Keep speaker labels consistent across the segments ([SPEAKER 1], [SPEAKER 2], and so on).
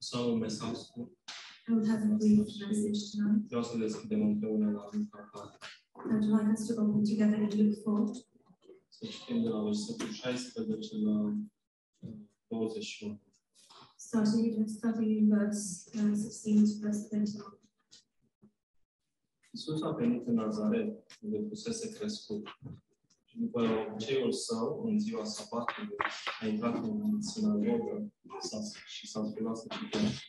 [SPEAKER 1] sau un mesaj scurt.
[SPEAKER 2] I will have a brief message tonight
[SPEAKER 1] Vreau să deschidem împreună la Luca 4,
[SPEAKER 2] I would like us to open together and look forward.
[SPEAKER 1] să citim de la versetul 16 la uh, 21.
[SPEAKER 2] starting and starting in verse uh, 16 to verse 21.
[SPEAKER 1] Iisus a venit în Nazaret, unde fusese crescut. Și după obiceiul său, în ziua sabatului, a intrat în sinagogă s-a- și s-a sculat să citească.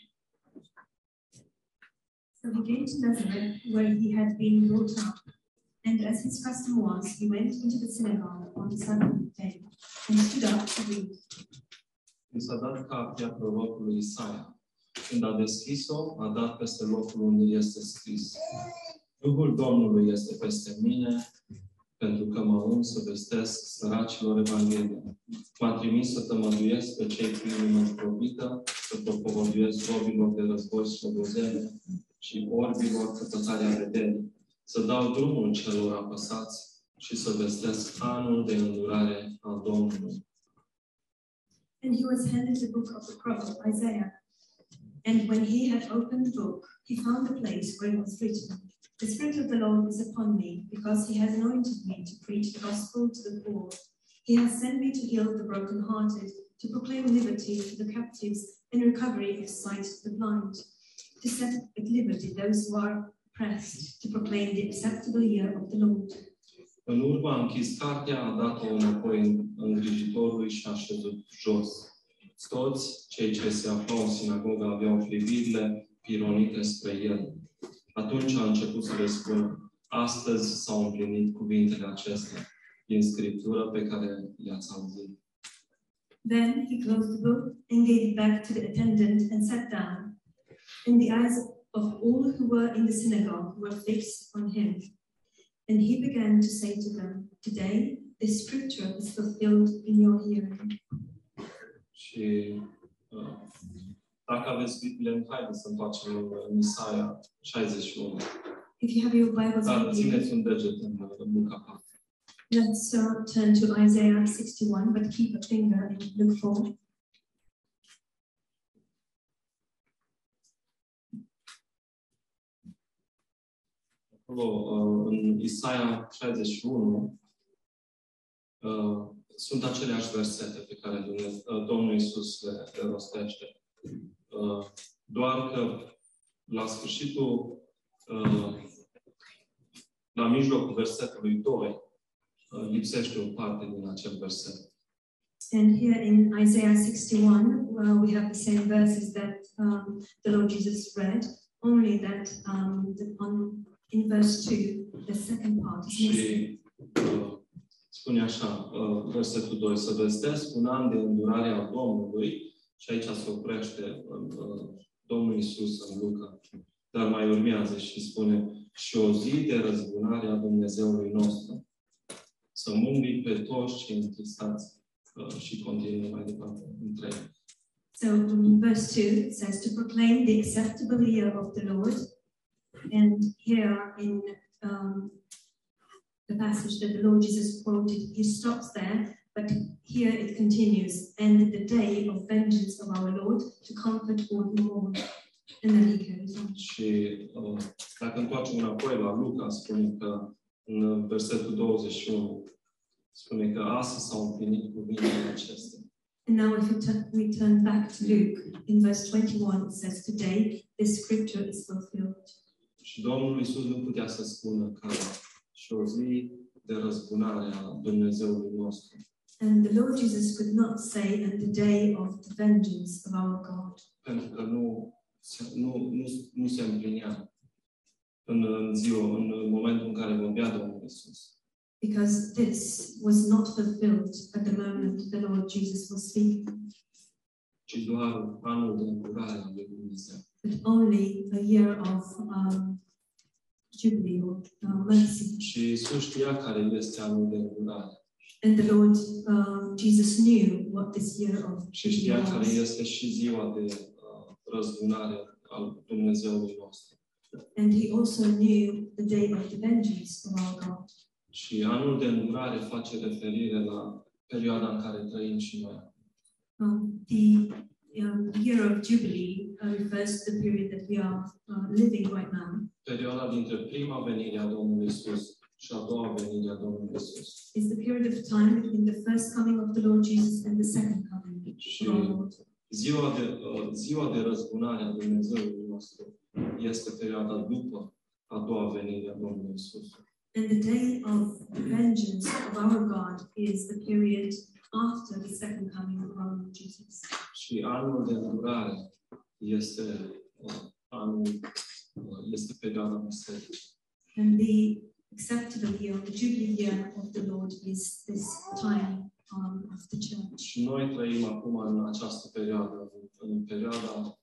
[SPEAKER 2] So he came to Nazareth, where he had been brought up. And as his custom was, he went into the synagogue on the Sabbath day and stood up to read.
[SPEAKER 1] I s-a dat capia prorocului Isaia. Când a deschis-o, a dat peste locul unde este scris. Duhul Domnului este peste mine, pentru că mă uns să vestesc săracilor Evanghelia. M-a trimis să tămăduiesc pe cei cu inima probită, să propovăduiesc robilor de război slobozene și orbilor căpătarea vederii, să dau drumul celor apăsați și să vestesc anul de îndurare al Domnului.
[SPEAKER 2] And he was handed the book of the prophet Isaiah. And when he had opened the book, he found the place where it was written, The Spirit of the Lord is upon me, because he has anointed me to preach the gospel to the poor. He has sent me to heal the brokenhearted, to proclaim liberty to the captives, and recovery of sight to the blind, to set at liberty those who are oppressed, to proclaim the acceptable year of the Lord.
[SPEAKER 1] În urmă a închis cartea, a dat-o înapoi în- îngrijitorului și a șezut jos. Toți cei ce se aflau în sinagogă aveau privirile pironite spre el. Atunci a început să le spună, astăzi s-au împlinit cuvintele acestea din Scriptură pe care le-ați auzit.
[SPEAKER 2] Then he closed the book and gave it back to the attendant and sat down. And the eyes of all who were in the synagogue were fixed on him. And he began to say to them, Today this scripture is fulfilled in your hearing.
[SPEAKER 1] Și uh, dacă aveți Biblie, haideți să întoarcem în Isaia 61.
[SPEAKER 2] If you have your Bibles,
[SPEAKER 1] Dar
[SPEAKER 2] with you,
[SPEAKER 1] țineți un deget în, în Luca 4.
[SPEAKER 2] let's uh, turn to Isaiah 61, but keep a finger and look forward.
[SPEAKER 1] acolo, uh, în Isaia 61, uh, sunt aceleași versete pe care Dumnezeu, uh, Domnul Iisus le, le rostește. Uh, Doar că la sfârșitul, uh, la mijlocul versetului 2, uh, lipsește o parte din acel verset.
[SPEAKER 2] And here in Isaiah 61, well, we have the same verses that um, the Lord Jesus read, only that um, the, on, in verse 2, the second part is missing.
[SPEAKER 1] Și uh, spune așa, uh, versetul 2, să vestesc un an de îndurare a Domnului, și aici se oprește uh, uh, Domnul Isus în Luca. Dar mai urmează și spune, și o zi de răzbunare a Dumnezeului nostru, să mângâi pe toți cei întristați uh, și continuă mai departe între ei.
[SPEAKER 2] So in verse 2, it says, to proclaim the acceptable year of the Lord. And here in um, the passage that the Lord Jesus quoted, he stops there, but here it continues, and the day of vengeance of our Lord to comfort all who mourn. And then he goes on.
[SPEAKER 1] Și uh, dacă întoarcem înapoi la Luca, spune că în uh, versetul 21, spune că astăzi s-au împlinit cuvintele acestea.
[SPEAKER 2] And now, if we turn, we turn back to Luke, in verse 21, it says, Today this scripture is fulfilled.
[SPEAKER 1] Și Domnul Iisus nu putea să spună că și o zi de răzbunare a Dumnezeului nostru.
[SPEAKER 2] And the Lord Jesus could not say, And the day of the vengeance of our God,
[SPEAKER 1] Pentru că nu, se- nu, nu, nu se împlinea în, în ziua, în momentul în care vorbea Domnul Iisus.
[SPEAKER 2] because this was not fulfilled at the moment the Lord Jesus was speaking,
[SPEAKER 1] ci doar anul de îndurare al lui Dumnezeu.
[SPEAKER 2] but only a year of um, jubilee or uh, mercy.
[SPEAKER 1] Și Iisus știa care este anul de îndurare.
[SPEAKER 2] And the Lord um, Jesus knew what this year of
[SPEAKER 1] și știa
[SPEAKER 2] jubilee
[SPEAKER 1] care
[SPEAKER 2] was,
[SPEAKER 1] este și ziua de uh, răzbunare al Dumnezeului nostru.
[SPEAKER 2] and he also knew the day of the vengeance of our God.
[SPEAKER 1] Și anul de îndurare face referire la perioada în care trăim și noi.
[SPEAKER 2] Um, the um, year of Jubilee uh, refers to the period that we are uh, living right now.
[SPEAKER 1] Perioada dintre prima venire a Domnului Isus și a doua venire a Domnului Isus.
[SPEAKER 2] It's the period of time between the first coming of the Lord Jesus and the second coming of
[SPEAKER 1] Mm.
[SPEAKER 2] our Lord.
[SPEAKER 1] Ziua de, uh, ziua de răzbunare a Dumnezeului nostru este perioada după a doua venire a Domnului Isus.
[SPEAKER 2] And the day of vengeance of our God is the period after the second coming of our Lord Jesus.
[SPEAKER 1] Și anul de îndurare este uh, anul, uh, este perioada bisericii.
[SPEAKER 2] And the acceptable year, the Jubilee year of the Lord is this time um, of the church.
[SPEAKER 1] Și noi trăim acum în această perioadă, în perioada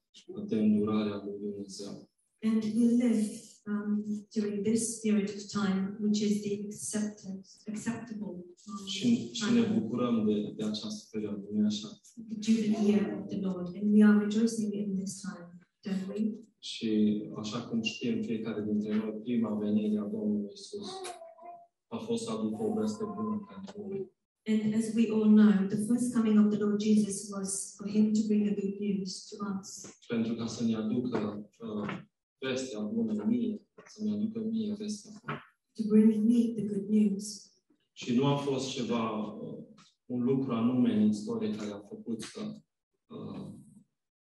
[SPEAKER 1] de îndurare a lui Dumnezeu.
[SPEAKER 2] And we live um, during this period of time, which is the accepted, acceptable um,
[SPEAKER 1] Și, și ne
[SPEAKER 2] time,
[SPEAKER 1] bucurăm de, de această perioadă, nu așa?
[SPEAKER 2] the Jubilee year of the Lord. And we are rejoicing in this time, don't we?
[SPEAKER 1] Și așa cum știm fiecare dintre noi, prima venire a Domnului Isus a fost aducă o veste bună pentru noi.
[SPEAKER 2] And as we all know, the first coming of the Lord Jesus was for him to bring the good news to us,
[SPEAKER 1] Pentru ca să ne aducă uh, vestea bună mie, să ne aducă mie vestea bună.
[SPEAKER 2] to bring me the good news.
[SPEAKER 1] Și nu a fost ceva, uh, un lucru anume în istorie care a făcut să uh,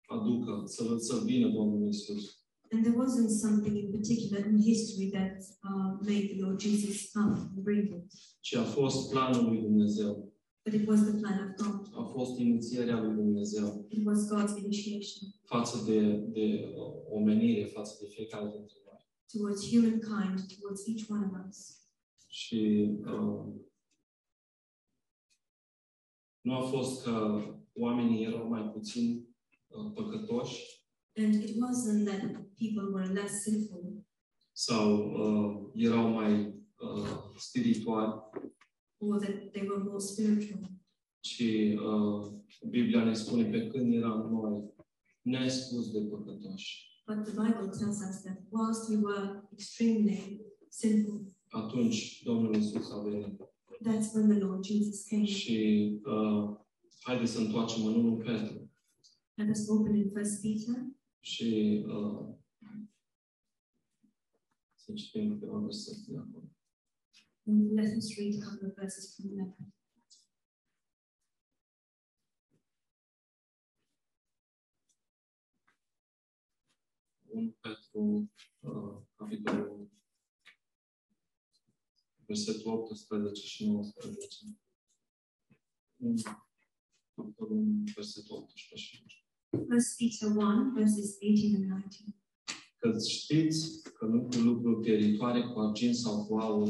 [SPEAKER 1] aducă, să, să vină Domnul Isus.
[SPEAKER 2] And there wasn't something in particular in history that uh, made the Lord Jesus come and bring it,
[SPEAKER 1] ci a fost planul lui Dumnezeu,
[SPEAKER 2] but it was the plan of God.
[SPEAKER 1] a fost inițierea lui Dumnezeu
[SPEAKER 2] It was God's initiation.
[SPEAKER 1] față de, de uh, omenire, față de fiecare dintre noi.
[SPEAKER 2] towards humankind, towards each one of us.
[SPEAKER 1] Și uh, nu a fost că oamenii erau mai puțin uh, păcătoși
[SPEAKER 2] And it wasn't that people were less sinful
[SPEAKER 1] sau uh, erau mai uh, spirituali,
[SPEAKER 2] or that they were more spiritual,
[SPEAKER 1] ci uh, Biblia ne spune pe când eram noi nespus de păcătoși.
[SPEAKER 2] but the Bible tells us that whilst we were extremely sinful,
[SPEAKER 1] Atunci Domnul Isus a venit.
[SPEAKER 2] that's when the Lord Jesus came.
[SPEAKER 1] Și uh, haideți să întoarcem în 1 Petru
[SPEAKER 2] Let us open in First Peter
[SPEAKER 1] și uh, să citim câteva versete de acolo.
[SPEAKER 2] and let us read a couple of verses from there.
[SPEAKER 1] Un Petru, uh, capitolul, versetul 18 și 19. Un, capitolul 1, versetul 18 și 19.
[SPEAKER 2] First Peter 1, verses 18 and 19.
[SPEAKER 1] Că știți că nu cu lucruri pieritoare, cu argint sau cu aur,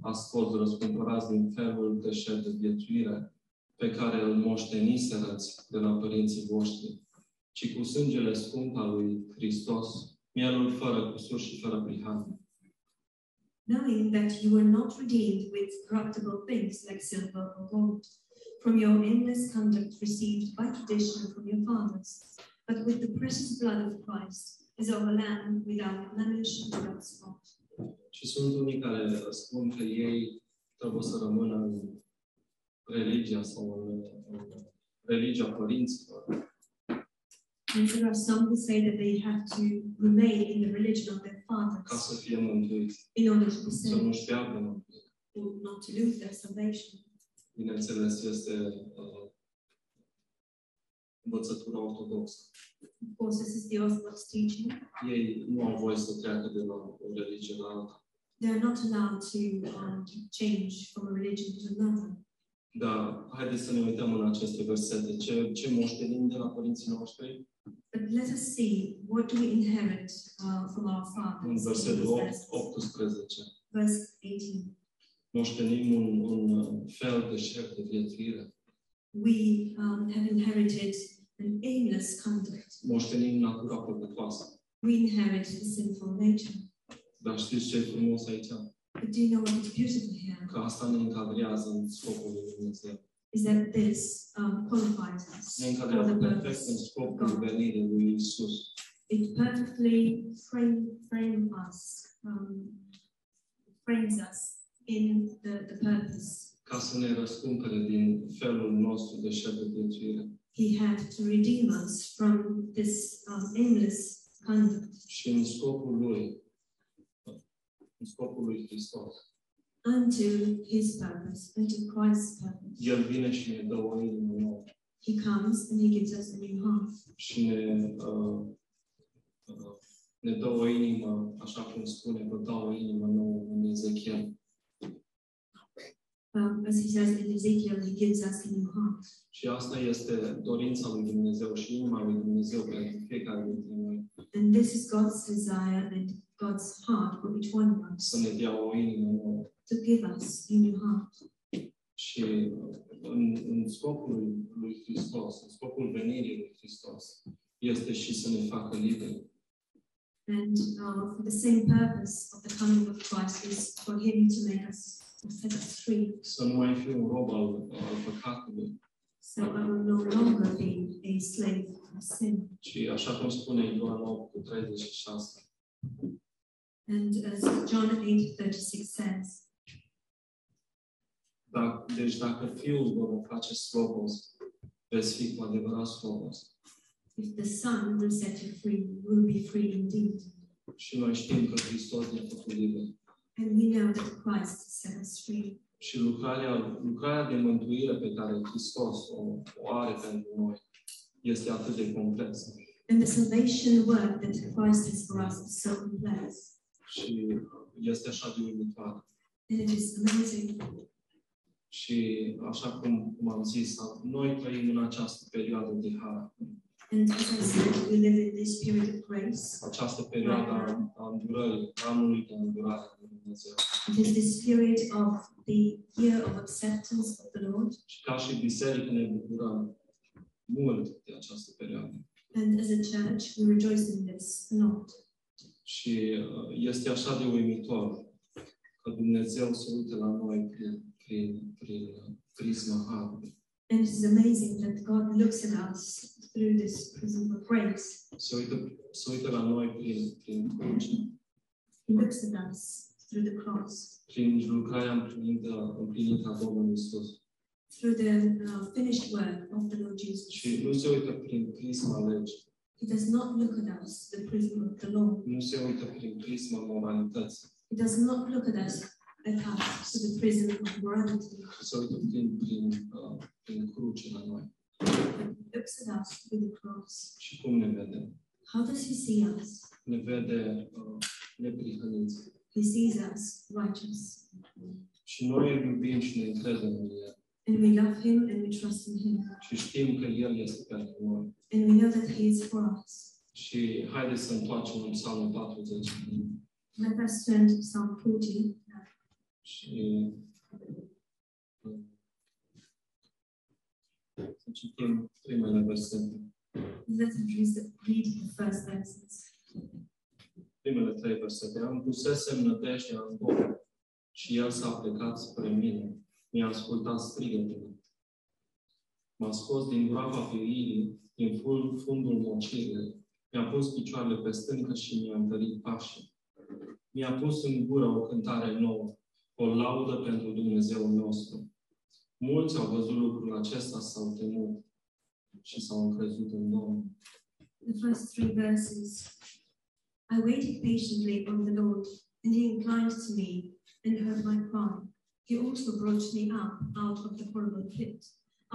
[SPEAKER 1] ați fost răscumpărați din felul deșert de viețuire pe care îl moșteniserăți de la părinții voștri, ci cu sângele scump al lui Hristos, mielul fără cusur și fără prihană,
[SPEAKER 2] knowing that you were not redeemed with corruptible things like silver or gold, from your endless conduct received by tradition from your fathers, but with the precious blood of Christ, as of a lamb without blemish and without spot.
[SPEAKER 1] Și sunt unii care spun că ei trebuie să rămână în religia sau în, în religia părinților,
[SPEAKER 2] And there are some who say that they have to remain in the religion of their
[SPEAKER 1] ca
[SPEAKER 2] fathers
[SPEAKER 1] să fie mântuiți,
[SPEAKER 2] in order to be
[SPEAKER 1] să
[SPEAKER 2] saved
[SPEAKER 1] nu-și piardă mântuirea.
[SPEAKER 2] or not to lose their salvation.
[SPEAKER 1] bineînțeles, este uh, învățătura ortodoxă.
[SPEAKER 2] Of course, this is the Orthodox teaching.
[SPEAKER 1] Ei nu au voie să treacă de la o religie la alta,
[SPEAKER 2] They are not allowed to um, change from a religion to another.
[SPEAKER 1] dar haideți să ne uităm în aceste versete. Ce, ce moștenim de la părinții noștri?
[SPEAKER 2] But let us see what do we inherit uh, from our
[SPEAKER 1] În
[SPEAKER 2] fathers.
[SPEAKER 1] versetul 8,
[SPEAKER 2] Verse- oh.
[SPEAKER 1] 18.
[SPEAKER 2] Verse 18.
[SPEAKER 1] Moștenim un, un fel de șef de viețuire.
[SPEAKER 2] We um, have inherited an aimless conduct.
[SPEAKER 1] Moștenim natura păcătoasă.
[SPEAKER 2] We inherit the sinful nature.
[SPEAKER 1] Dar știți ce e frumos aici?
[SPEAKER 2] But do you know what is beautiful here?
[SPEAKER 1] Că asta ne încadrează în scopul lui Dumnezeu.
[SPEAKER 2] Is that this um, qualifies
[SPEAKER 1] Ne
[SPEAKER 2] us for
[SPEAKER 1] încadrează
[SPEAKER 2] the
[SPEAKER 1] perfect în
[SPEAKER 2] purpose.
[SPEAKER 1] scopul venirii lui Isus.
[SPEAKER 2] It perfectly frame, frame us, um, frames us in the, the purpose
[SPEAKER 1] ca să ne răscumpere din felul nostru de șef de viețuire
[SPEAKER 2] he had to redeem us from this um, aimless conduct
[SPEAKER 1] și în scopul lui, în scopul lui Hristos.
[SPEAKER 2] unto his purpose, unto Christ's purpose.
[SPEAKER 1] El vine și ne dă o inimă nouă
[SPEAKER 2] He comes and he gives us a new heart.
[SPEAKER 1] și ne, uh, uh, ne dă o inimă, așa cum spune, vă dau o inimă nouă în Ezechiel.
[SPEAKER 2] Um, as he says in Ezekiel, he gives us a new heart.
[SPEAKER 1] Și asta este dorința lui Dumnezeu și inima lui Dumnezeu pentru fiecare dintre noi,
[SPEAKER 2] And this is God's desire and God's heart for each one of us
[SPEAKER 1] să ne dea o inimă nouă.
[SPEAKER 2] to give us a new heart.
[SPEAKER 1] Și uh, în, în scopul lui Hristos, în scopul venirii lui Hristos, este și să ne facă liberi.
[SPEAKER 2] And uh, for the same purpose of the coming of Christ is for him to make us, to set us free.
[SPEAKER 1] să nu mai fiu un rob al, al păcatului,
[SPEAKER 2] So I will no longer be a slave of sin.
[SPEAKER 1] ci așa cum spune Ioan 8 cu 36,
[SPEAKER 2] And as John 8:36 says,
[SPEAKER 1] Dacă, deci dacă Fiul vă va face slobos, veți fi cu adevărat slobos.
[SPEAKER 2] if the Son will set you free, you will be free indeed.
[SPEAKER 1] Și noi știm că Hristos ne-a făcut liberi.
[SPEAKER 2] And we know that Christ set us free.
[SPEAKER 1] Și lucrarea, lucrarea de mântuire pe care Hristos o, o are pentru noi este atât de complexă.
[SPEAKER 2] And the salvation work that Christ has for us is so complex.
[SPEAKER 1] Și este așa de uimitoare.
[SPEAKER 2] And it is amazing.
[SPEAKER 1] Și așa cum, cum am zis, noi trăim în această perioadă de har,
[SPEAKER 2] And as I said, we live in this period of grace.
[SPEAKER 1] această perioadă a, a îndurării, a anului de îndurare de Dumnezeu.
[SPEAKER 2] It is this period of the year of acceptance of the Lord.
[SPEAKER 1] Și ca și biserică ne bucurăm mult de această perioadă.
[SPEAKER 2] And as a church, we rejoice in this a lot.
[SPEAKER 1] Și uh, este așa de uimitor că Dumnezeu se uită la noi prin, prin, prin uh, prisma harului.
[SPEAKER 2] And it is amazing that God looks at us through this prism of grace.
[SPEAKER 1] Se uită, se uită la noi prin, prin cruce,
[SPEAKER 2] He looks at us through the cross,
[SPEAKER 1] prin lucrarea împlinită, împlinită a Domnului Iisus.
[SPEAKER 2] through the uh, finished work of the Lord Jesus.
[SPEAKER 1] Și nu se uită prin prisma legii,
[SPEAKER 2] He does not look at us through the prism of the law.
[SPEAKER 1] nu se uită prin prisma moralității,
[SPEAKER 2] He does not look at us at us through the prism of morality.
[SPEAKER 1] se uită prin, prin, uh, prin cruce la noi.
[SPEAKER 2] He looks at us through the cross.
[SPEAKER 1] Și cum ne vedem?
[SPEAKER 2] How does he see us?
[SPEAKER 1] Ne vede uh, neprihăniți.
[SPEAKER 2] He sees us righteous.
[SPEAKER 1] Și noi îl iubim și ne încredem în El.
[SPEAKER 2] And we love him and we trust in him.
[SPEAKER 1] Și știm că El este pentru noi.
[SPEAKER 2] And we know that he is for us.
[SPEAKER 1] Și haideți să întoarcem în Psalmul 40
[SPEAKER 2] Let us turn to Psalm 40.
[SPEAKER 1] și uh, să citim primele versete,
[SPEAKER 2] Let us read the first verses.
[SPEAKER 1] primele trei versete. Am pusesem nădejdea în Domnul și El s-a plecat spre mine. Mi-a ascultat strigătele. M-a scos din groapa fiului, din ful- fundul mocirei. Mi-a pus picioarele pe stâncă și mi-a întărit pașii. Mi-a pus în gură o cântare nouă, o laudă pentru Dumnezeul nostru. Mulți au văzut lucrul acesta, s-au temut și s-au încrezut în Domnul.
[SPEAKER 2] The first three verses. I waited patiently on the Lord, and he inclined to me and heard my cry. He also brought me up out of the horrible pit,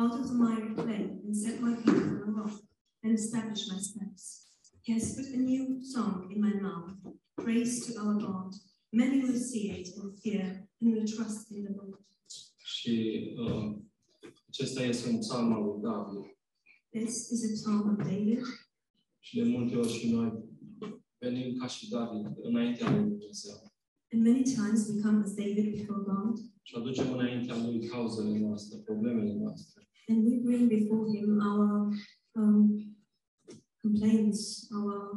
[SPEAKER 2] out of the miry clay, and set my feet on a rock, and established my steps. He has put a new song in my mouth, praise to our God. Many will see it and fear, and will trust in the Lord.
[SPEAKER 1] Și uh, acesta este un psalm al lui David.
[SPEAKER 2] This is a psalm of David,
[SPEAKER 1] Și de multe ori și noi venim ca și David înaintea lui Dumnezeu
[SPEAKER 2] and many times we come as David before God.
[SPEAKER 1] și aducem înaintea lui cauzele noastre, problemele noastre.
[SPEAKER 2] And we bring before him our um, complaints, our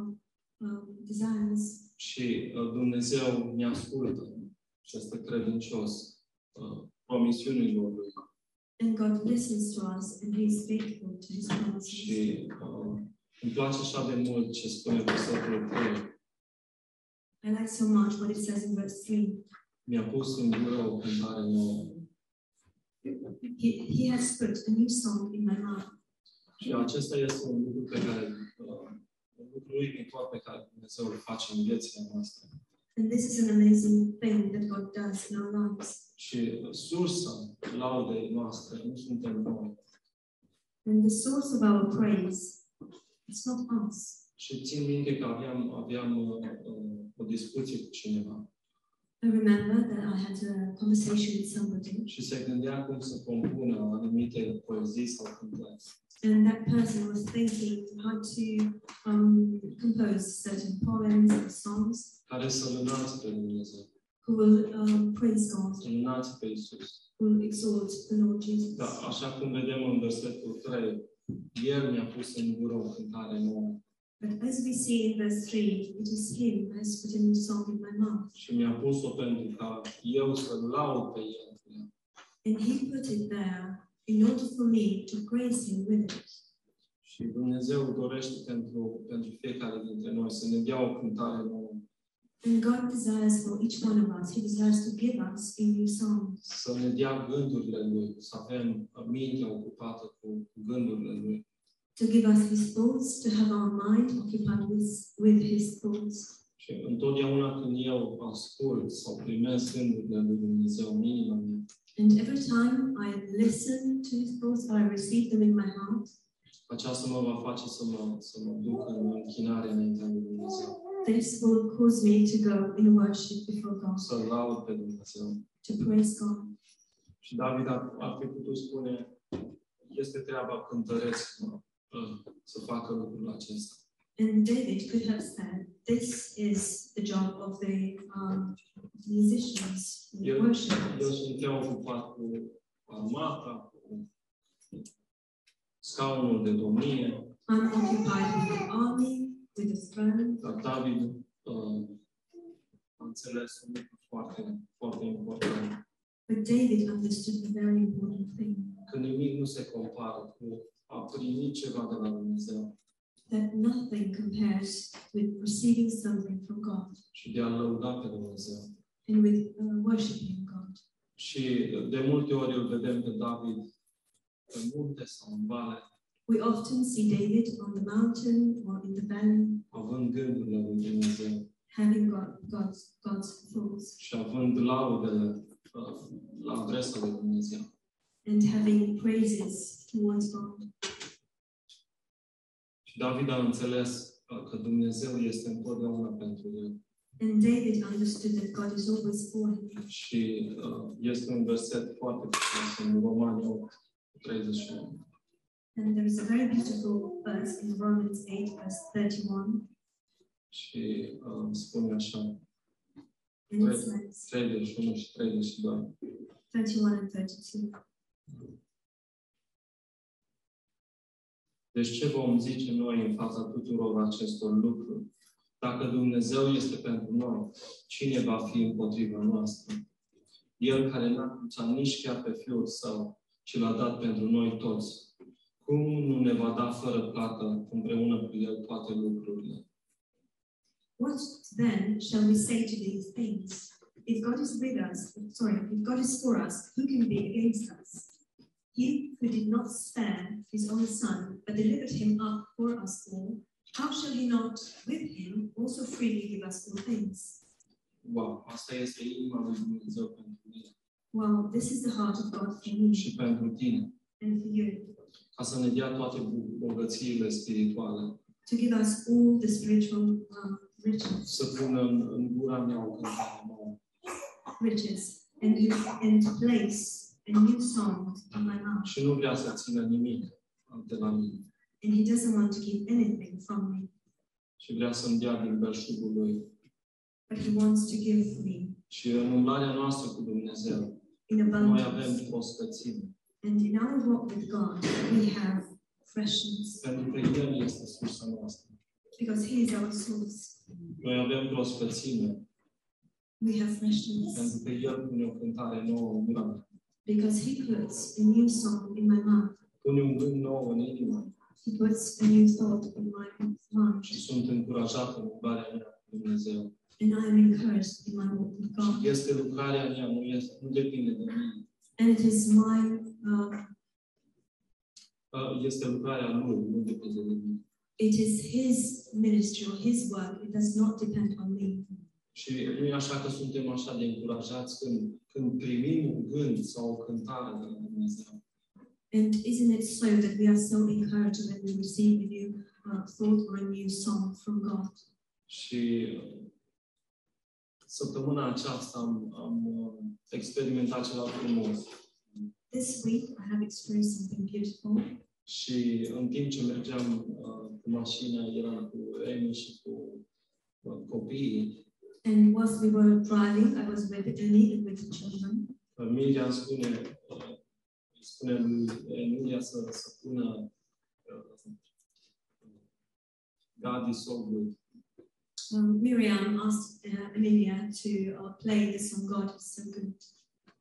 [SPEAKER 2] um, desires,
[SPEAKER 1] Și uh, Dumnezeu ne ascultă și este credincios uh, promisiunilor lui
[SPEAKER 2] and God listens to us and he is faithful to his promises.
[SPEAKER 1] și uh, îmi place așa de mult ce spune versetul 3.
[SPEAKER 2] I like so much what it says in verse 3.
[SPEAKER 1] Mi-a pus în gură o cântare nouă
[SPEAKER 2] He, he has put a new song in my mouth.
[SPEAKER 1] Și acesta este un lucru pe care, uh, un lucru uimitor pe care Dumnezeu îl face în viețile noastre.
[SPEAKER 2] And this is an amazing thing that God does in our lives.
[SPEAKER 1] Și uh, sursa laudei noastre nu suntem noi,
[SPEAKER 2] And the source of our praise, it's not us.
[SPEAKER 1] Și țin minte că aveam, aveam uh, uh, o discuție cu cineva
[SPEAKER 2] I remember that I had a conversation with somebody,
[SPEAKER 1] și se gândea cum să compună anumite poezii sau cântări.
[SPEAKER 2] and that person was thinking how to um, compose certain poems and songs
[SPEAKER 1] care să-L înalți pe Dumnezeu,
[SPEAKER 2] who will um, praise God,
[SPEAKER 1] să-L înalți pe Iisus.
[SPEAKER 2] who will exalt the Lord Jesus.
[SPEAKER 1] Da, așa cum vedem în versetul 3, El mi-a pus în gură o cântare nouă
[SPEAKER 2] But as we see in verse 3, it is Him who has put a new song in my mouth.
[SPEAKER 1] și mi-a pus-o pentru ca eu să laud pe El. cu ea.
[SPEAKER 2] And He put it there in order for me to praise Him with it.
[SPEAKER 1] Și Dumnezeu dorește pentru, pentru fiecare dintre noi să ne dea o cântare nouă,
[SPEAKER 2] And God desires for each one of us, He desires to give us a new song,
[SPEAKER 1] să ne dea gândurile Lui, să avem mintea ocupată cu gândurile Lui.
[SPEAKER 2] to give us His thoughts, to have our mind occupied with, with His thoughts.
[SPEAKER 1] Și întotdeauna când eu ascult sau primesc gândurile Lui Dumnezeu în inima mea,
[SPEAKER 2] And every time I listen to His thoughts, I receive them in my heart.
[SPEAKER 1] Aceasta mă va face să mă, să mă duc în închinare înaintea lui Dumnezeu,
[SPEAKER 2] This will cause me to go in worship before God,
[SPEAKER 1] să laud pe Dumnezeu.
[SPEAKER 2] to praise God.
[SPEAKER 1] Și David ar, ar fi putut spune, este treaba cântăreților uh, să facă lucrul acesta.
[SPEAKER 2] And David could have said, This is the job of the um, musicians, the
[SPEAKER 1] Eu, eu
[SPEAKER 2] worshippers.
[SPEAKER 1] sunt prea ocupat cu armata, cu scaunul de domnie,
[SPEAKER 2] I'm occupied with the army, with the throne.
[SPEAKER 1] dar David uh, a înțeles un lucru foarte, foarte important,
[SPEAKER 2] But David understood a very important thing
[SPEAKER 1] că nimic nu se compară cu a primi ceva de la Dumnezeu.
[SPEAKER 2] that nothing compares with receiving something from God
[SPEAKER 1] și de a lăuda pe Dumnezeu.
[SPEAKER 2] and with uh, worshiping God.
[SPEAKER 1] Și de multe ori îl vedem pe David pe munte sau în vale,
[SPEAKER 2] We often see David on the mountain or in the valley
[SPEAKER 1] având gândurile lui Dumnezeu
[SPEAKER 2] having God, God's, God's thoughts
[SPEAKER 1] și având laudele uh, la adresa lui Dumnezeu.
[SPEAKER 2] and having praises towards God.
[SPEAKER 1] Și David a înțeles uh, că Dumnezeu este întotdeauna pentru el.
[SPEAKER 2] And David understood that God is always for him.
[SPEAKER 1] Și uh, este un verset foarte frumos în Romani 8, 31.
[SPEAKER 2] And there is a very beautiful verse in Romans 8, verse 31.
[SPEAKER 1] Și uh, spune așa,
[SPEAKER 2] And it says
[SPEAKER 1] 31 și 32.
[SPEAKER 2] 31 and 32.
[SPEAKER 1] Deci ce vom zice noi în fața tuturor acestor lucruri? Dacă Dumnezeu este pentru noi, cine va fi împotriva noastră? El care n-a cruțat nici chiar pe Fiul Său, ci l-a dat pentru noi toți. Cum nu ne va da fără plată împreună cu El toate lucrurile?
[SPEAKER 2] What then shall we say to these things? If God is with us, sorry, if God is for us, who can be against us? He who did not spare his own son, but delivered him up for us all, how shall he not with him also freely give us all things?
[SPEAKER 1] Wow, asta este inima lui Dumnezeu pentru mine
[SPEAKER 2] Well, this is the heart of God for me
[SPEAKER 1] și pentru tine,
[SPEAKER 2] and for you,
[SPEAKER 1] ca să ne dea toate bu- bogățiile spirituale,
[SPEAKER 2] to give us all the spiritual um, riches,
[SPEAKER 1] să pună în, în gura mea o cântare nouă.
[SPEAKER 2] riches and, and place a new song in my mouth.
[SPEAKER 1] și nu vrea să țină nimic de la mine
[SPEAKER 2] And he doesn't want to keep anything from me.
[SPEAKER 1] și vrea să-mi dea din belșugul lui.
[SPEAKER 2] but He wants to give me
[SPEAKER 1] Și în umblarea noastră cu Dumnezeu,
[SPEAKER 2] in
[SPEAKER 1] noi
[SPEAKER 2] abundance.
[SPEAKER 1] avem prospețime,
[SPEAKER 2] And in our walk with God, we have freshness
[SPEAKER 1] pentru că El este sursa noastră.
[SPEAKER 2] because He is our source.
[SPEAKER 1] Noi avem prospețime,
[SPEAKER 2] We have freshness
[SPEAKER 1] pentru că El pune o cântare nouă în gura mea.
[SPEAKER 2] because He puts a new song in my mouth.
[SPEAKER 1] Pune un gând nou în inimă
[SPEAKER 2] He puts a new thought in my mind,
[SPEAKER 1] și sunt încurajat în umblarea mea cu Dumnezeu.
[SPEAKER 2] and I am encouraged in my walk with God.
[SPEAKER 1] Și este lucrarea mea, nu, este, nu depinde de mine.
[SPEAKER 2] And it is my uh,
[SPEAKER 1] uh, este lucrarea lui, nu depinde de mine.
[SPEAKER 2] It is his ministry or his work. It does not depend on me.
[SPEAKER 1] Și nu e așa că suntem așa de încurajați când, când primim un gând sau o cântare de la Dumnezeu.
[SPEAKER 2] And isn't it so that we are so encouraged when we receive a new uh, thought or a new song from God?
[SPEAKER 1] Și uh, săptămâna aceasta am, am uh, experimentat ceva frumos.
[SPEAKER 2] This week I have experienced something beautiful.
[SPEAKER 1] Și în timp ce mergeam uh, cu mașina, eram cu Emi și cu uh, copiii,
[SPEAKER 2] And whilst we were driving, I was with Annie and with the children.
[SPEAKER 1] uh, Miria îmi spune, uh, îi spune lui Emilia să, să pună uh, God is so good.
[SPEAKER 2] Um, Miriam asked uh, Amelia to uh, play the song God is so good.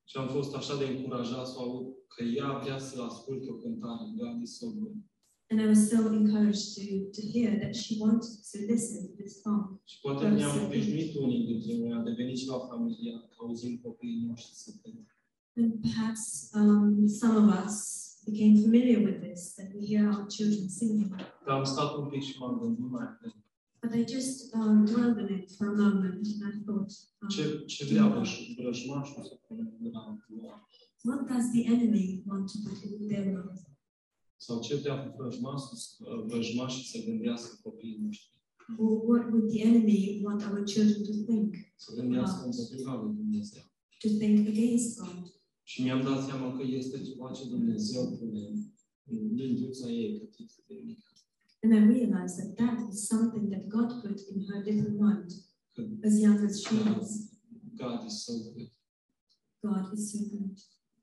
[SPEAKER 1] Și am fost așa de încurajat să aud că ea vrea să asculte o cântare, God is so good.
[SPEAKER 2] And I was so encouraged to, to hear that she wanted to listen to this song.
[SPEAKER 1] Și poate ne-am obișnuit unii dintre noi, a devenit ceva familiar, auzind copiii noștri să cânte.
[SPEAKER 2] And perhaps um, some of us became familiar with this, that we hear our children singing.
[SPEAKER 1] Dar am stat un pic și m-am gândit mai atent.
[SPEAKER 2] But I just um, dwelled on it for a moment and I thought, um,
[SPEAKER 1] Ce, ce vrea vrăj- vrăjmașul să pună în gura lor?
[SPEAKER 2] what does the enemy want to put in their mouth?
[SPEAKER 1] Sau ce vrea vrăjmașul, să- vrăjmașul să gândească copiii noștri?
[SPEAKER 2] Or what would the enemy want our children to think?
[SPEAKER 1] Să gândească împotriva lui Dumnezeu.
[SPEAKER 2] To think against God.
[SPEAKER 1] Și mi-am dat seama că este ceva ce Dumnezeu pune în gânduța ei, că de mic.
[SPEAKER 2] And I realized that that is something that God put in her little mind
[SPEAKER 1] Că
[SPEAKER 2] as young as she was.
[SPEAKER 1] God is so good.
[SPEAKER 2] God is so good.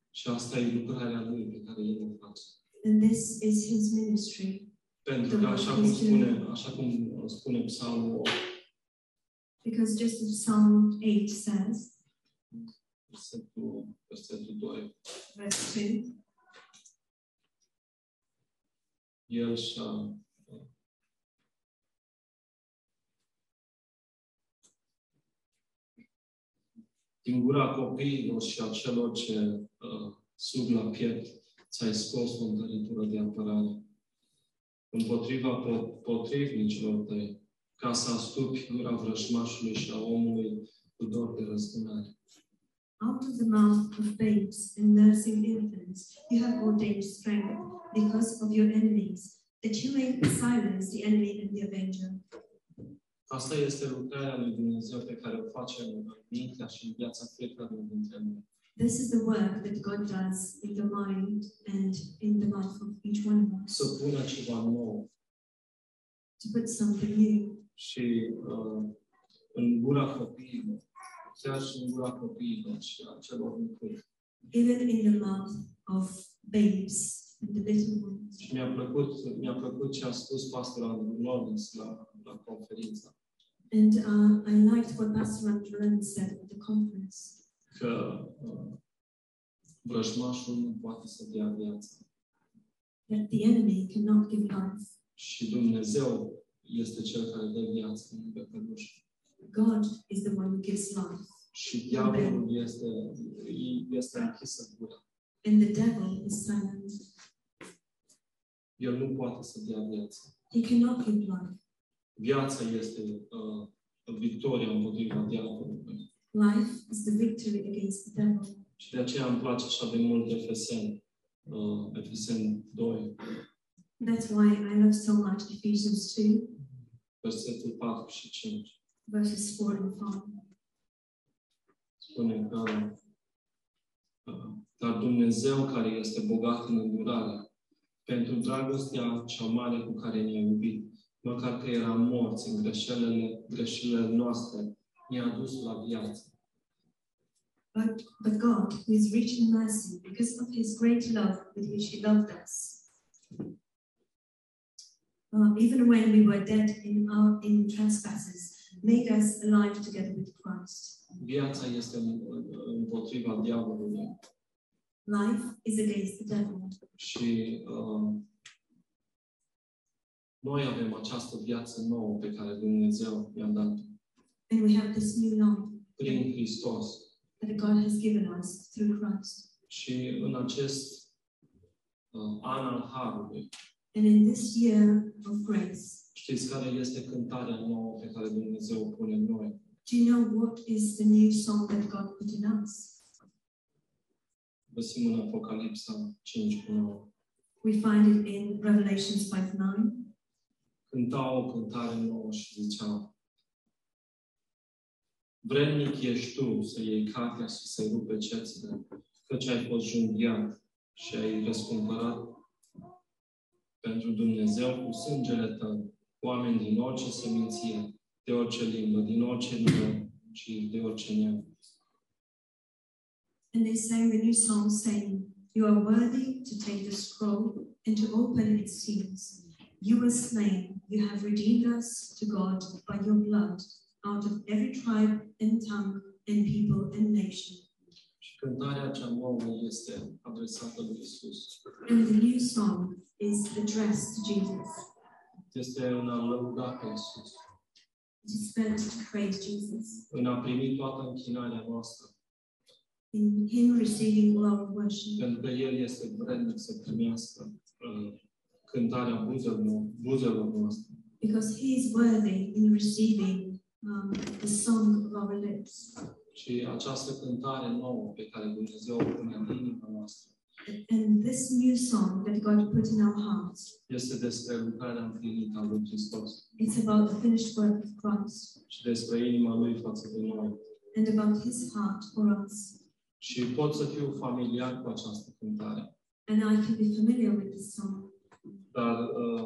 [SPEAKER 1] Și asta e lucrarea lui pe care el o face.
[SPEAKER 2] And this is his ministry.
[SPEAKER 1] Pentru că așa cum spune, așa cum spune psalmul 8,
[SPEAKER 2] Because just as Psalm 8 says,
[SPEAKER 1] versetul, versetul 2,
[SPEAKER 2] verse 2,
[SPEAKER 1] el și-a din gura copiilor și a celor ce uh, sub la piept ți-ai scos o întăritură de apărare împotriva po- potrivnicilor tăi, ca să astupi gura vrăjmașului și a omului cu dor de răzbunare.
[SPEAKER 2] out of the mouth of babes and nursing infants, you have ordained strength because of your enemies, that you may silence the enemy and the avenger.
[SPEAKER 1] Asta este lucrarea lui Dumnezeu pe care o face în mintea și în viața fiecăruia dintre noi.
[SPEAKER 2] This is the work that God does in the mind and in the life of each one of us
[SPEAKER 1] Să pună ceva nou
[SPEAKER 2] to put something new
[SPEAKER 1] și uh, în gura copiilor, chiar și în gura copiilor și a celor micuți.
[SPEAKER 2] even in the mouth of babes and the little ones.
[SPEAKER 1] Și mi-a plăcut, mi-a plăcut ce a spus pastorul Lawrence la, la conferință,
[SPEAKER 2] And uh, I liked what Pastor Andrew said at the conference
[SPEAKER 1] că uh, vrăjmașul nu poate să dea viață
[SPEAKER 2] that the enemy cannot give life.
[SPEAKER 1] și Dumnezeu este cel care dă viață, nu păcătoși.
[SPEAKER 2] God is the one who gives life,
[SPEAKER 1] și diavolul este, îi este închisă gura.
[SPEAKER 2] and the devil is silent.
[SPEAKER 1] El nu poate să dea viață.
[SPEAKER 2] He cannot give life.
[SPEAKER 1] Viața este uh, victoria împotriva diavolului.
[SPEAKER 2] Life is the victory against the devil.
[SPEAKER 1] Și de aceea îmi place așa de mult Efesen, uh, Efesen 2,
[SPEAKER 2] That's why I love so much Ephesians 2,
[SPEAKER 1] versetul 4 și 5.
[SPEAKER 2] verses 4 and 5.
[SPEAKER 1] Spune că uh, dar Dumnezeu care este bogat în îndurare, pentru dragostea cea mare cu care ne-a iubit, măcar că eram morți în greșelile, greșelile noastre, ne-a dus la viață.
[SPEAKER 2] But, but God, who is rich in mercy, because of his great love with which he loved us, uh, even when we were dead in our in trespasses, made us alive together with Christ.
[SPEAKER 1] Viața este în- în- împotriva diavolului
[SPEAKER 2] Life is against the devil,
[SPEAKER 1] și uh, noi avem această viață nouă pe care Dumnezeu i-a dat
[SPEAKER 2] and we have this new life
[SPEAKER 1] prin Hristos.
[SPEAKER 2] that God has given us through Christ.
[SPEAKER 1] Și în acest uh, an al Harului.
[SPEAKER 2] And in this year of grace,
[SPEAKER 1] Știți care este cântarea nouă pe care Dumnezeu o pune în noi?
[SPEAKER 2] do you know what is the new song that God put in us?
[SPEAKER 1] Găsim în Apocalipsa 5 cu 9.
[SPEAKER 2] We find it in Revelations 5 9.
[SPEAKER 1] Cântau o cântare nouă și ziceau Vrednic ești tu să iei cartea și să-i rupe cețile, căci ai fost junghiat și ai răscumpărat pentru Dumnezeu cu sângele tău, oameni din orice seminție, de orice limbă, din orice nume și de orice neam.
[SPEAKER 2] And they sang the new song, saying, You are worthy to take the scroll and to open its seals. You were slain, you have redeemed us to God by your blood out of every tribe and tongue and people and nation.
[SPEAKER 1] Și cântarea cea nouă este adresată lui Isus.
[SPEAKER 2] And the new song is addressed to Jesus.
[SPEAKER 1] Este în a lăuda pe Isus,
[SPEAKER 2] It is meant to praise Jesus,
[SPEAKER 1] în a primi toată închinarea noastră,
[SPEAKER 2] in Him receiving all our worship,
[SPEAKER 1] pentru că El este vrednic să primească uh, cântarea buzelor, buzelor noastre.
[SPEAKER 2] because He is worthy in receiving um, the song of our lips.
[SPEAKER 1] Și această cântare nouă pe care Dumnezeu o pune în inima noastră
[SPEAKER 2] And this new song that God put in our hearts
[SPEAKER 1] este despre lucrarea împlinită a lui Hristos
[SPEAKER 2] It's about the finished work of Christ
[SPEAKER 1] și despre inima Lui față de noi.
[SPEAKER 2] and about his heart for us.
[SPEAKER 1] Și pot să fiu familiar cu această cântare,
[SPEAKER 2] And I can be familiar with this song,
[SPEAKER 1] dar uh,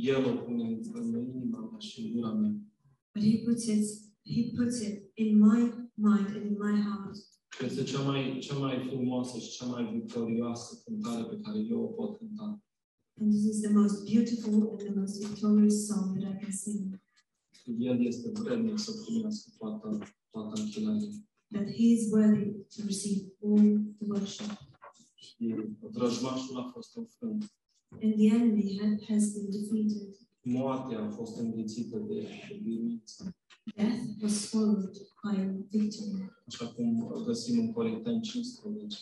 [SPEAKER 1] El o pune în, în inima mea și în gura mea.
[SPEAKER 2] but he puts it he puts it in my mind and in my heart.
[SPEAKER 1] Este cea mai, cea mai frumoasă și cea mai victorioasă cântare pe care eu o pot cânta.
[SPEAKER 2] And this is the most beautiful and the most victorious song that I can sing.
[SPEAKER 1] El este vrednic să primească toată, toată închinarea.
[SPEAKER 2] That he is worthy to receive all the worship.
[SPEAKER 1] Și vrăjmașul a fost înfrânt.
[SPEAKER 2] And the enemy ha- has been defeated.
[SPEAKER 1] Moartea a fost înghițită de de biruință.
[SPEAKER 2] Death was swallowed by victory,
[SPEAKER 1] Așa cum o găsim în Corinteni 15.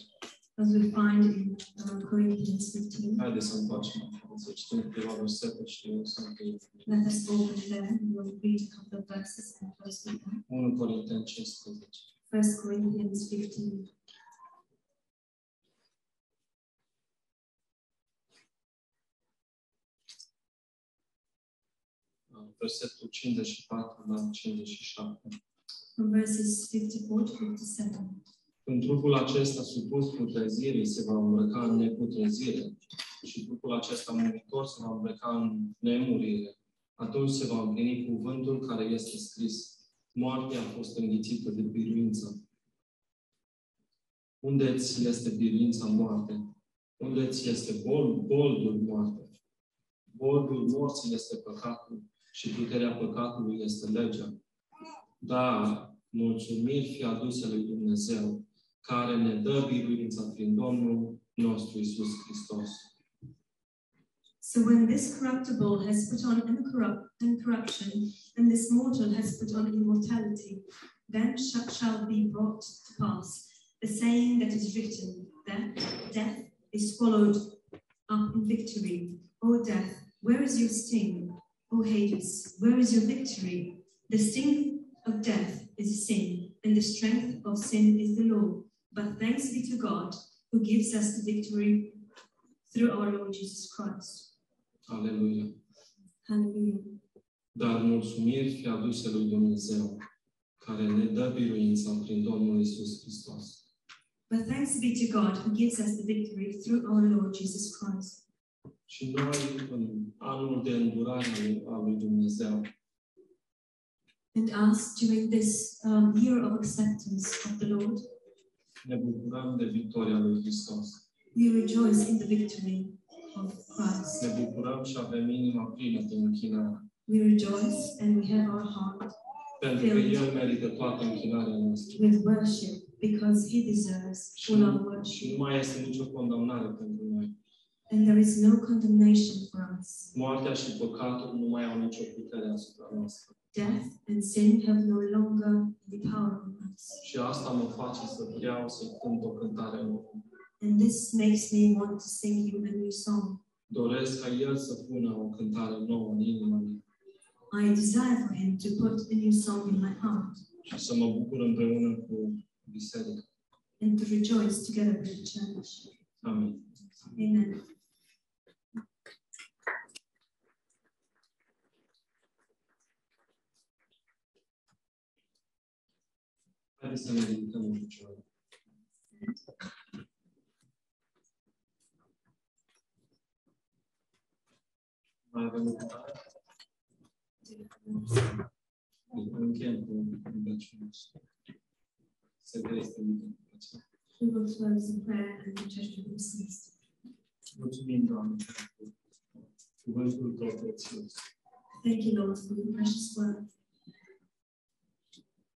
[SPEAKER 2] as we find in uh, Corinthians 15.
[SPEAKER 1] Haideți să întoarcem acolo, să citim câteva versete și eu să închei.
[SPEAKER 2] Let us open there and we'll read a couple of verses and close with that.
[SPEAKER 1] 1 Corinteni 15.
[SPEAKER 2] First Corinthians fifteen.
[SPEAKER 1] Versetul 54 la 57.
[SPEAKER 2] From verses 54 to 57.
[SPEAKER 1] Când trupul acesta supus putrezirii se va îmbrăca în neputrezire și trupul acesta muritor se va îmbrăca în nemurire, atunci se va împlini cuvântul care este scris. Moartea a fost înghițită de biruință. Unde ți este biruința moarte? Unde ți este bol, boldul moarte? Boldul morții este păcatul și puterea păcatului este legea. Dar mulțumiri fi aduse lui Dumnezeu care ne dă biruința prin Domnul nostru Isus Hristos.
[SPEAKER 2] So when this corruptible has put on incorrupt, incorruption, and this mortal has put on immortality, then sh- shall be brought to pass the saying that is written, that death is swallowed up in victory. O death, where is your sting? O Hades, where is your victory? The sting of death is sin, and the strength of sin is the law. But thanks be to God, who gives us the victory through our Lord Jesus Christ.
[SPEAKER 1] Aleluia!
[SPEAKER 2] Hallelujah.
[SPEAKER 1] Dar mulțumiri fi aduse lui Dumnezeu, care ne dă biruința prin Domnul Isus Hristos.
[SPEAKER 2] But thanks be to God who gives us the victory through our Lord Jesus Christ.
[SPEAKER 1] Și noi, în anul de îndurare al lui- al lui Dumnezeu,
[SPEAKER 2] And us during this um, year of acceptance of the Lord,
[SPEAKER 1] ne bucurăm de victoria lui Hristos.
[SPEAKER 2] we rejoice in the victory of Christ.
[SPEAKER 1] Ne bucurăm și avem inima plină de închinare,
[SPEAKER 2] We rejoice and we have our heart
[SPEAKER 1] pentru că El merită toată închinarea noastră.
[SPEAKER 2] with worship because He deserves all our
[SPEAKER 1] Și
[SPEAKER 2] worship.
[SPEAKER 1] nu mai este nicio condamnare pentru noi.
[SPEAKER 2] And there is no condemnation for us.
[SPEAKER 1] Moartea și păcatul nu mai au nicio putere asupra noastră.
[SPEAKER 2] Death and sin have no longer the power on us.
[SPEAKER 1] Și asta mă face să vreau să cânt o cântare nouă.
[SPEAKER 2] and this makes me want to sing you a new song.
[SPEAKER 1] Doresc ca El să pună o cântare nouă în inima mea
[SPEAKER 2] I desire for him to put a new song in my heart
[SPEAKER 1] și să mă bucur împreună cu biserica.
[SPEAKER 2] and to rejoice together with the church.
[SPEAKER 1] Amin.
[SPEAKER 2] Amen.
[SPEAKER 1] Haideți să ne ridicăm în picioare. Mai avem o cântare? Încheiem cu rugăciunea. Se vede este rugăciunea.
[SPEAKER 2] We will close in prayer and the church will be dismissed.
[SPEAKER 1] Mulțumim, Doamne, pentru cuvântul tău prețios.
[SPEAKER 2] Thank you, Lord, for your precious word.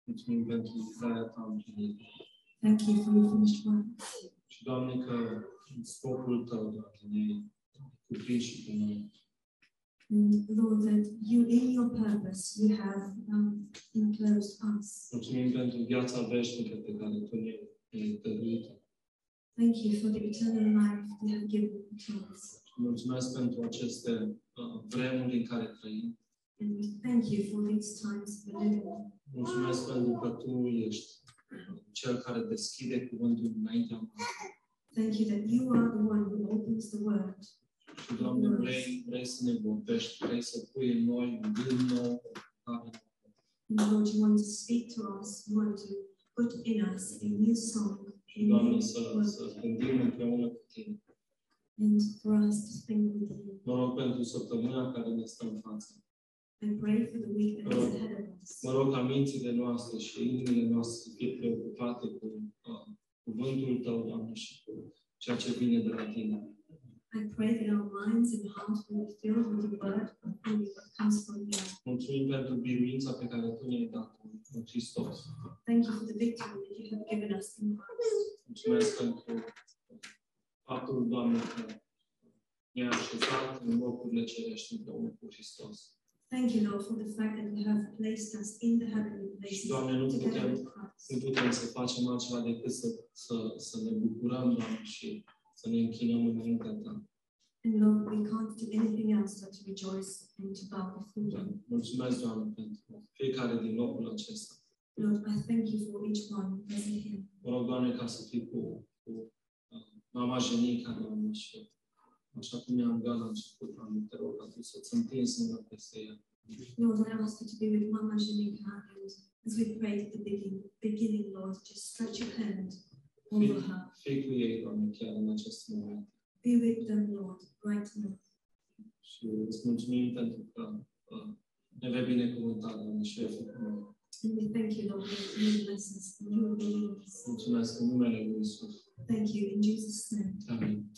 [SPEAKER 1] Mulțumim pentru izarea ta împlinită.
[SPEAKER 2] Thank you for your finished work.
[SPEAKER 1] Și, Doamne, că în scopul tău, Doamne, ne cuprins și pe noi.
[SPEAKER 2] And Lord, that you, in your purpose, you have um, enclosed us.
[SPEAKER 1] Mulțumim pentru viața veșnică pe care tu ne- ne-ai dăruit.
[SPEAKER 2] Thank you for the eternal life you have given to us.
[SPEAKER 1] Și Mulțumesc pentru aceste uh, vremuri în care trăim.
[SPEAKER 2] And we thank you for these times we live in.
[SPEAKER 1] Mulțumesc pentru că tu ești uh, cel care deschide cuvântul înaintea noastră.
[SPEAKER 2] Thank you that you are the one who opens the word.
[SPEAKER 1] Și, Doamne, vrei, vrei să ne vorbești, vrei să pui în noi un gând nou, o cântare nouă.
[SPEAKER 2] And Lord, you want to speak to us, you want to put in us a new song, a
[SPEAKER 1] Doamne,
[SPEAKER 2] new
[SPEAKER 1] să,
[SPEAKER 2] word,
[SPEAKER 1] să gândim împreună cu tine.
[SPEAKER 2] and for us to sing with you.
[SPEAKER 1] Mă rog pentru săptămâna care ne stă în față.
[SPEAKER 2] I pray for the week that is ahead of us.
[SPEAKER 1] Mă rog ca mințile noastre și inimile noastre să fie preocupate cu uh, cuvântul tău, Doamne, și cu ceea ce vine de la tine.
[SPEAKER 2] I pray that our minds and hearts will be filled with the word of holy that comes from you.
[SPEAKER 1] Mulțumim pentru biruința pe care tu ne-ai dat-o în Hristos.
[SPEAKER 2] Thank you for the victory that you have given us in Christ.
[SPEAKER 1] Mulțumesc pentru faptul, Doamne, că ne-ai așezat în locurile cerești împreună cu Hristos.
[SPEAKER 2] Thank you, Lord, for the fact that you have placed us in the heavenly places
[SPEAKER 1] Doamne, nu
[SPEAKER 2] together
[SPEAKER 1] putem-
[SPEAKER 2] with
[SPEAKER 1] Nu
[SPEAKER 2] Christ.
[SPEAKER 1] putem să facem altceva decât să, să, să ne bucurăm, Doamne, și să ne închinăm înaintea ta.
[SPEAKER 2] And Lord, we can't do anything else but to rejoice and to bow before you.
[SPEAKER 1] Mulțumesc, Doamne, pentru fiecare din locul acesta.
[SPEAKER 2] Lord, I thank you for each one present here.
[SPEAKER 1] Mă rog, Doamne, ca să fii cu, cu uh, mama Jenica, Doamne, și așa cum ne-am rugat la început, Doamne, te rog, ca tu să-ți întinzi mâna peste ea.
[SPEAKER 2] Lord, I ask you to be with Mama Janika and as we prayed at the beginning, beginning, Lord, just stretch your hand over
[SPEAKER 1] Fii,
[SPEAKER 2] her.
[SPEAKER 1] fii cu ei, Doamne, chiar în acest moment.
[SPEAKER 2] Be with them, Lord, right now.
[SPEAKER 1] Și îți mulțumim pentru că uh, ne vei binecuvânta, Doamne, și vei fi cu noi.
[SPEAKER 2] And we thank you, Lord, for your blessings and your obedience.
[SPEAKER 1] Mulțumesc în numele Lui Iisus.
[SPEAKER 2] Thank you in Jesus' name.
[SPEAKER 1] Amin.